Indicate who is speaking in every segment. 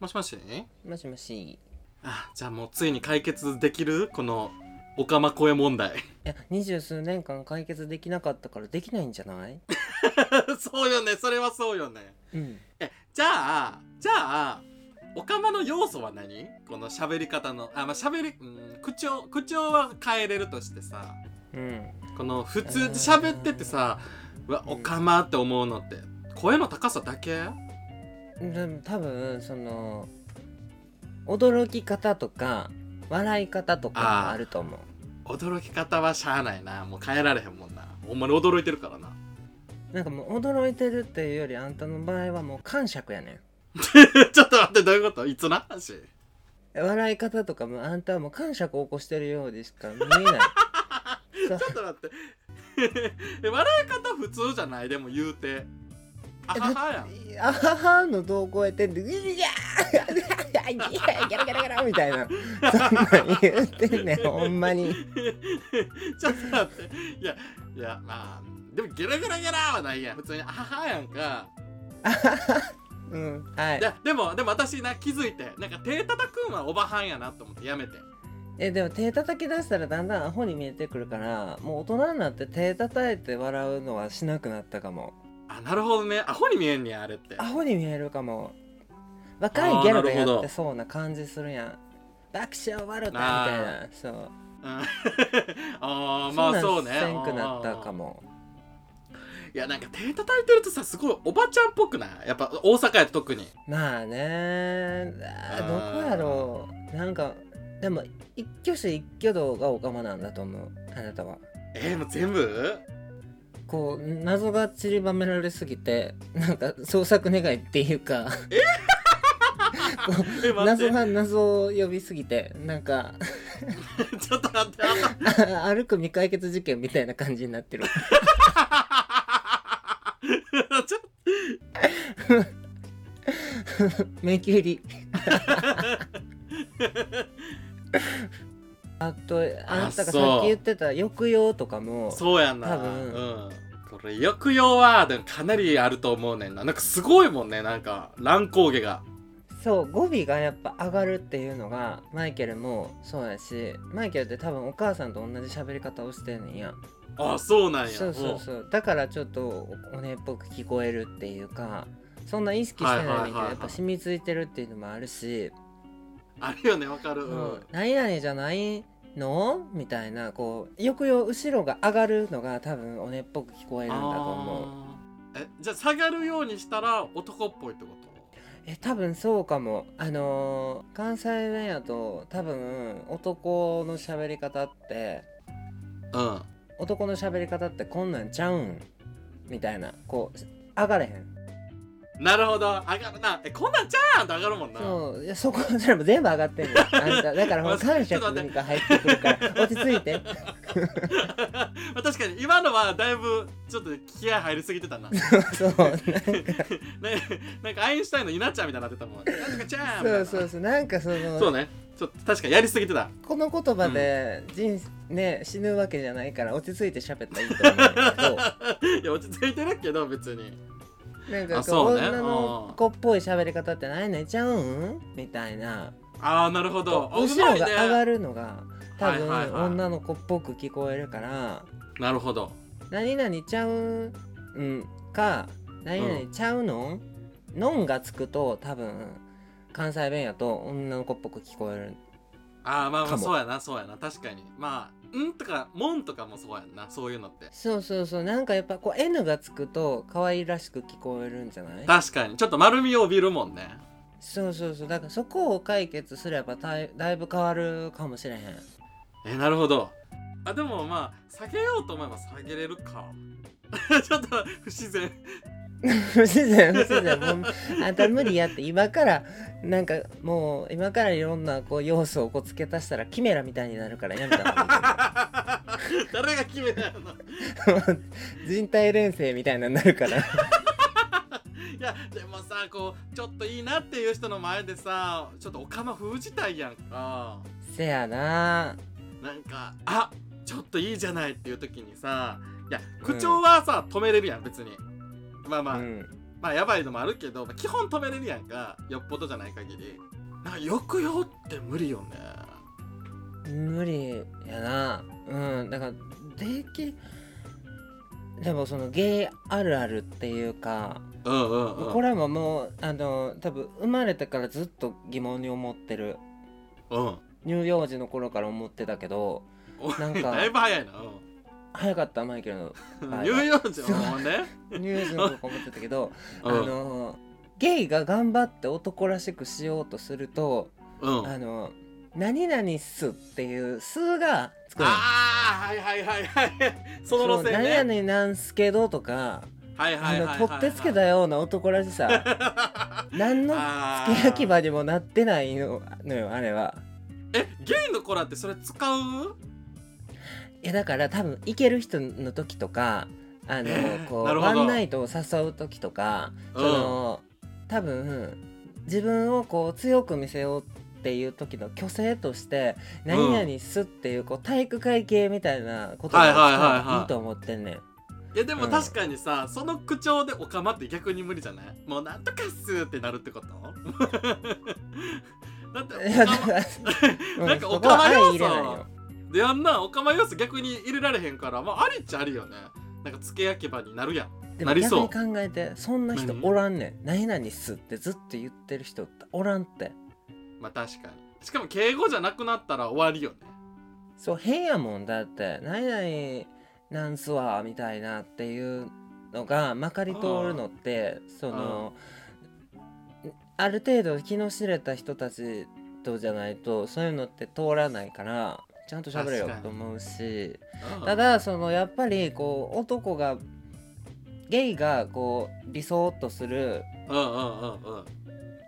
Speaker 1: もしもし
Speaker 2: もしもし。
Speaker 1: あじゃあもうついに解決できるこのオカマ声問題
Speaker 2: いや、二十数年間解決できなかったからできないんじゃない
Speaker 1: そうよねそれはそうよね
Speaker 2: うん。
Speaker 1: えじゃあじゃあオカマの要素は何この喋り方のあまあ喋り、うん、口調口調は変えれるとしてさ
Speaker 2: うん。
Speaker 1: この普通喋っててさうわオカマって思うのって声の高さだけ
Speaker 2: でも多分、その、驚き方とか、笑い方と
Speaker 1: あー
Speaker 2: かあると思う。
Speaker 1: 驚き方はしゃあないなもう変えられへんもんなほんまに驚いてるからな
Speaker 2: なんかもう驚いてるっていうよりあんたの場合はもう感触やねん。
Speaker 1: ちょっと待ってどういうこといつの話
Speaker 2: 笑い方とかもあんたはもう感触を起こしてるようでしか見えない。そう
Speaker 1: ちょっと待って。え 笑い方普通じゃないでも言うて。あははやん。
Speaker 2: いやあははのどう超えてんで「うりゃーギャラギャラギャラ」みたいなそんなん言ってんねんほんまに
Speaker 1: ちょっと待って。いや、いや、まあ、でもゲラゲラゲラはないやん。普通にあははやんか。
Speaker 2: うんはいい
Speaker 1: や、でも、でも私な、気づいて。なんか手叩くんはおばはんやなと思ってやめて。
Speaker 2: えでも手叩き出したらだんだんアホに見えてくるからもう大人になって手叩いて笑うのはしなくなったかも
Speaker 1: あ、なるほどね。アホに見えんねや、あれって。
Speaker 2: アホに見えるかも若いギャルがやってそうな感じするやん爆笑笑うたみたいなそう
Speaker 1: うん ああ、まあそうね。
Speaker 2: んなんせんくなったかも
Speaker 1: いや、なんか手叩いてるとさ、すごいおばちゃんっぽくないやっぱ大阪やと特に。
Speaker 2: まあねあ
Speaker 1: あー
Speaker 2: ーどこやろうなんかでも一挙手一挙動がオカマなんだと思うあなたは
Speaker 1: えー、もう全 部
Speaker 2: こう謎が散りばめられすぎてなんか創作願いっていうか
Speaker 1: え、待っ
Speaker 2: 謎
Speaker 1: て。
Speaker 2: が謎を呼びすぎてなんか
Speaker 1: ちょっと待って。あの
Speaker 2: 歩く未解決事件みたいな感じに なってる
Speaker 1: ちょっと
Speaker 2: 迷 宮入りあとあなたがさっき言ってた抑揚とかも
Speaker 1: そうやな
Speaker 2: 多分
Speaker 1: うん、これ抑揚はでもかなりあると思うねんななんかすごいもんねなんか乱高下が
Speaker 2: そう語尾がやっぱ上がるっていうのがマイケルもそうやしマイケルって多分お母さんと同じ喋り方をしてんねんや
Speaker 1: あそうなんや
Speaker 2: そうそうそうだからちょっとおお姉っぽく聞こえるっていうかそんな意識してないねん
Speaker 1: はい
Speaker 2: け
Speaker 1: はいはいはい
Speaker 2: どやっぱ染みついてるっていうのもあるし
Speaker 1: うんあるよねわか
Speaker 2: 「
Speaker 1: る、うん
Speaker 2: うん何々じゃないの?」みたいなこう抑揚後ろが上がるのが多分お姉っぽく聞こえるんだと思う
Speaker 1: あーえじゃあ下がるようにしたら男っぽいってこと
Speaker 2: え多分そうかもあのー関西弁やと多分男の喋り方って
Speaker 1: うん
Speaker 2: 男の喋り方ってこんなんちゃうんみたいなこう上がれへん
Speaker 1: なるほど上がるなえこんなんちゃーんって上がるもんな
Speaker 2: そういやそこそれも全部上がっ てんのあんただからもう感謝にか入ってくるから落ち着い て
Speaker 1: まあ確かに今のはだいぶちょっと気合入りすぎてたな ね
Speaker 2: そうなんか
Speaker 1: なんかアインシュタインの稲ちゃんみたいになってたもんなんとかちゃーんみたい
Speaker 2: そ
Speaker 1: な
Speaker 2: うそうそうなんかその
Speaker 1: そうねちょっと確かにやりすぎてた
Speaker 2: この言葉で人、ね死ぬわけじゃないから落ち着いて喋ったらいいと思うんだけ ど
Speaker 1: いや落ち着いてるけど別に
Speaker 2: なんか
Speaker 1: あ
Speaker 2: こ
Speaker 1: そう
Speaker 2: う
Speaker 1: ね
Speaker 2: 女の子っぽい喋り方って何々ちゃうんみたいな
Speaker 1: ああなるほど
Speaker 2: 後ろが上が
Speaker 1: る
Speaker 2: るのが多分、
Speaker 1: はいはいはい
Speaker 2: 女の子っぽく聞こえるから
Speaker 1: なるほど
Speaker 2: 何々ちゃうんか何々ちゃうの、ん、のんがつくと多分関西弁やと女の子っぽく聞こえる
Speaker 1: ああまあま
Speaker 2: か
Speaker 1: あ
Speaker 2: も
Speaker 1: そうやなそうやな確かにまあ「ん」とか「もん」とかもそうやんなそういうのって
Speaker 2: そうそうそうなんかやっぱこう N がつくと可愛らしく聞こえるんじゃない
Speaker 1: 確かにちょっと丸みを帯びるもんね
Speaker 2: そうそうそうだからそこを解決すればだいだいぶ変わるかもしれへ ん
Speaker 1: えなるほどあでもまあ下げようと思えば下げれるか ちょっと不自然
Speaker 2: 不自然不自然 もうあんた無理やって今からなんかもう今からいろんなこう要素をこう付け足したらキメラみたいになるからやめた方がいい
Speaker 1: 誰が決めたの
Speaker 2: 人体錬成みたいなのになるから
Speaker 1: いやでもさこうちょっといいなっていう人の前でさちょっとおかま封じたいやんか
Speaker 2: せやな
Speaker 1: なんか「あちょっといいじゃない」っていう時にさいや口調はさ、止めれるやん別にまあまあ、
Speaker 2: うん
Speaker 1: まあやばいのもあるけど、まあ基本止めれるやんかよっぽどじゃない限りなんか抑揚って無理よね
Speaker 2: 無理やなうんだからできでもそのゲイあるあるっていうか
Speaker 1: うんうんうん
Speaker 2: これはもうもうあの多分生まれてからずっと疑問に思ってる
Speaker 1: うん
Speaker 2: 乳幼児の頃から思ってたけど
Speaker 1: おい
Speaker 2: なん か
Speaker 1: だいぶ早いな
Speaker 2: 早かったマイケルの
Speaker 1: うん
Speaker 2: はい
Speaker 1: 言うよじ
Speaker 2: そう
Speaker 1: ゃんね
Speaker 2: 乳幼児の頃から思ってたけどあ
Speaker 1: うんうん
Speaker 2: のゲイが頑張って男らしくしようとすると
Speaker 1: あ
Speaker 2: あの何々すっていう「す」がつくの
Speaker 1: あーはいはいはいはいその路線
Speaker 2: そう
Speaker 1: ね
Speaker 2: 何々なんすけどとか
Speaker 1: はいはいはいはい
Speaker 2: あ
Speaker 1: は
Speaker 2: の
Speaker 1: い
Speaker 2: 取ってつけたような男らしさ 何の
Speaker 1: あー
Speaker 2: 付け焼き場にもなってないののよあれは
Speaker 1: えゲイの子らってそれ使う
Speaker 2: いやだから多分行ける人の時とかあの
Speaker 1: えー
Speaker 2: こ
Speaker 1: な
Speaker 2: う
Speaker 1: るほ
Speaker 2: ワ
Speaker 1: ど
Speaker 2: ンナイトを誘う時とかその多分自分をこう強く見せようっていう時の虚勢として「何々す」っていうこう体育会系みたいなことが
Speaker 1: はい
Speaker 2: 使
Speaker 1: はいはいはい
Speaker 2: ったらいいと思っ てんねん。
Speaker 1: いやでも
Speaker 2: うん
Speaker 1: 確かにさ、その口調でオカマって逆に無理じゃないもうなんとかっすーってなるってこと だって
Speaker 2: いや
Speaker 1: オ
Speaker 2: だ
Speaker 1: カ
Speaker 2: からう
Speaker 1: なんか
Speaker 2: そ
Speaker 1: オ
Speaker 2: こ
Speaker 1: カ
Speaker 2: は
Speaker 1: マ
Speaker 2: 相
Speaker 1: 要
Speaker 2: 入
Speaker 1: 素
Speaker 2: れないよ
Speaker 1: でやんなオカマ要素逆に入れられへんからまあありっちゃありよねなんか付け焼き場になるやん
Speaker 2: で
Speaker 1: な
Speaker 2: も
Speaker 1: りそう
Speaker 2: 逆に考えてそんな人おらんねん何々っすってずっと言ってる人っておらんって
Speaker 1: まあ確かにしかも敬語じゃなくなったら終わりよね
Speaker 2: そう変やもんだって何々なんすわみたいなっていうのがまかり通るのってそのある程度気の知れた人たちとじゃないとそういうのって通らないからちゃんと喋れよ
Speaker 1: 確かに
Speaker 2: と思うし
Speaker 1: うん
Speaker 2: ただそのやっぱりこう男がゲイがこう理想とする
Speaker 1: うんうんうんうん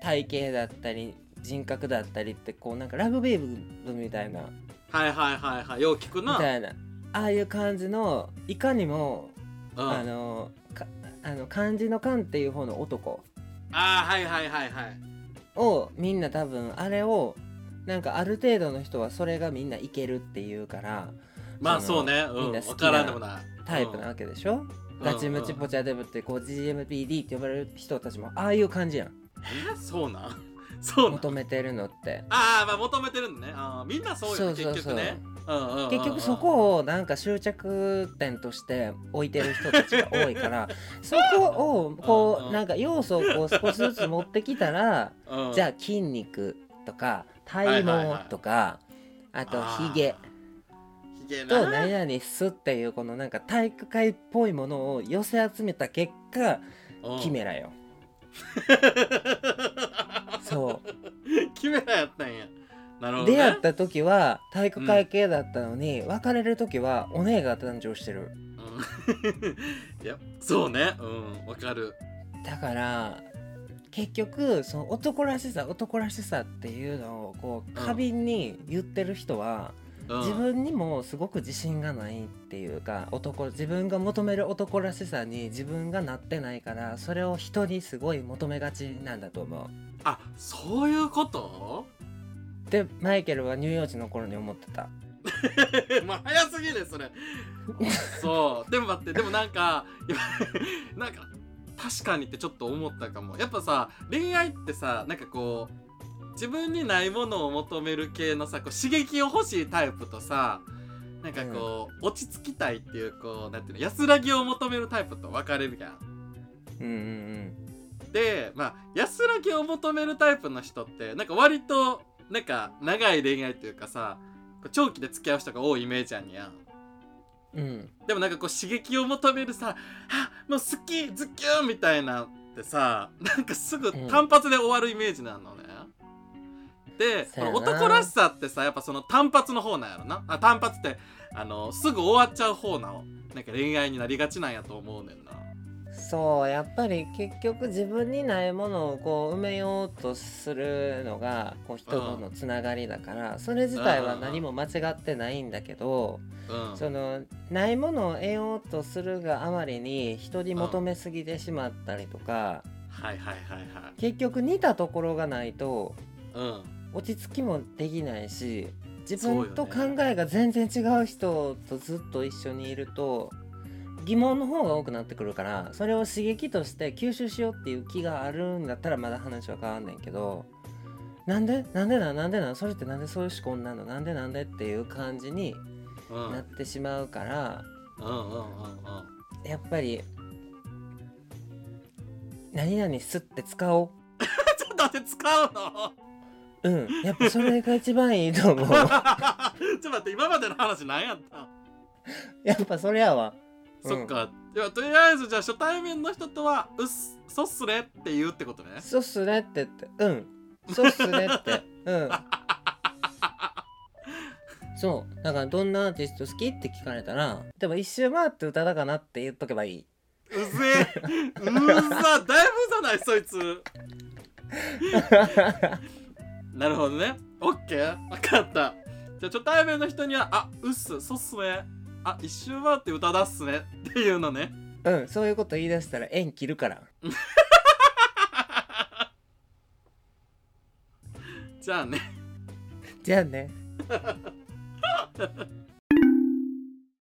Speaker 2: 体型だったり人格だったりってこうなんかラグビー部みたいな
Speaker 1: はいはいはいはいよう聞く
Speaker 2: み
Speaker 1: な
Speaker 2: たいなああいう感じのいかにも
Speaker 1: うん、
Speaker 2: あ
Speaker 1: あ
Speaker 2: のかあの漢字の漢っていう方の男
Speaker 1: あーはいはいはいはい
Speaker 2: をみんな多分あれをなんかある程度の人はそれがみんないけるっていうから
Speaker 1: まあそうね
Speaker 2: み
Speaker 1: うんん
Speaker 2: な
Speaker 1: わ
Speaker 2: 好きな
Speaker 1: からんでもない
Speaker 2: タイプなわけでし
Speaker 1: う
Speaker 2: ょ、
Speaker 1: ん
Speaker 2: ガチムチ
Speaker 1: うん
Speaker 2: ポチャデブってこう GMPD って呼ばれる人たちもああいう感じやん
Speaker 1: えそうなん そうなん
Speaker 2: 求めてるのって
Speaker 1: ああまあ求めてるのねあーみんなそうよね
Speaker 2: そうそうそ
Speaker 1: 結
Speaker 2: う
Speaker 1: 局ねうんうんうんうん
Speaker 2: 結局そこをなんか執着点として置いてる人たちが多いから そこを
Speaker 1: うん
Speaker 2: こ
Speaker 1: う
Speaker 2: うんなんか要素をこう少しずつ持ってきたら
Speaker 1: うん
Speaker 2: じゃあ筋肉とか
Speaker 1: はい
Speaker 2: 体
Speaker 1: はいはい
Speaker 2: 毛とかあと
Speaker 1: あー
Speaker 2: ひげ
Speaker 1: ひげ
Speaker 2: と
Speaker 1: な
Speaker 2: 何々すっていうこのなんか体育会っぽいものを寄せ集めた結果
Speaker 1: うん
Speaker 2: キメラよそ
Speaker 1: キメラやったんやなるほ
Speaker 2: う
Speaker 1: ど、ね、
Speaker 2: 出会った時は体育会系だったのに別れる時はお姉が誕生してる
Speaker 1: うん いやそうねうんわかる
Speaker 2: だから結局その男らしさ男らしさっていうのをこう
Speaker 1: うん
Speaker 2: 過敏に言ってる人は、
Speaker 1: うん
Speaker 2: 自分にもすごく自信がないっていうか男自分が求める男らしさに自分がなってないからそれを人にすごい求めがちなんだと思う
Speaker 1: あそういうこと
Speaker 2: でマイケルは乳幼児の頃に思ってた
Speaker 1: まあ早すぎねそれそうでも待ってでもなんか今なんか確かにってちょっと思ったかもやっぱさ恋愛ってさなんかこう自分にないものを求める系のさこう刺激を欲しいタイプとさなんかこう、落ち着きたいっていうこうなんていうの安らぎを求めるタイプと分かれるやん
Speaker 2: うんうん
Speaker 1: でまあ安らぎを求めるタイプの人ってなんか割となんか長い恋愛というかさこう長期で付き合う人が多いイメージやんやん
Speaker 2: うんうん
Speaker 1: でもなんかこう刺激を求めるさ「あもう好きズキュン!」みたいなってさ なんかすぐ
Speaker 2: うん
Speaker 1: 単発で終わるイメージなのね、で
Speaker 2: そ
Speaker 1: こ
Speaker 2: うや
Speaker 1: の
Speaker 2: な
Speaker 1: 男らしさってさやっぱその単発の方なんやろなあ単発ってあのすぐ終わっちゃう方なのなんか恋愛になりがちなんやと思うねんな
Speaker 2: そうやっぱり結局自分にないものをこう埋めようとするのがこう人とのつながりだからそれ自体は何も間違ってないんだけど
Speaker 1: うん
Speaker 2: そのないものを得ようとするがあまりに人に求めすぎてしまったりとか
Speaker 1: はいはいはいはい
Speaker 2: 結局似たところがないと
Speaker 1: うん
Speaker 2: 落ち着きもできないし自
Speaker 1: そうよ
Speaker 2: 分
Speaker 1: ね
Speaker 2: と考えが全然違う人とずっと一緒にいると疑問の方が多くなってくるからそれを刺激として吸収しようっていう気があるんだったらまだ話は変わんねんけどなんでなんでなんなんでなんそれってなんでそういう思考になるのなんでなんでっていう感じに
Speaker 1: うんうんうん
Speaker 2: なってしまうから
Speaker 1: うん
Speaker 2: やっぱり何々すって使おう
Speaker 1: ちょっと待って使う の
Speaker 2: うんやっぱそれが一番いい と思う
Speaker 1: ちょっと待って今までの話何やったん
Speaker 2: やっぱそれやわうん
Speaker 1: そっかいやとりあえずじゃあ初対面の人とは「うっすそうっすね」って言うってことね
Speaker 2: そうっすねってってうんそうっすねってうんそうだからどんなアーティスト好きって聞かれたらでも一周回って歌だかなって言っとけばいいう
Speaker 1: ぜえうざだいぶうざないそい つなるほどねオッケー分かったじゃあ初対面の人には「あうっすそうっすね」あ一周回って歌だっすねっていうのね
Speaker 2: うんそういうこと言い出したら縁切るから
Speaker 1: じゃあね
Speaker 2: じゃあね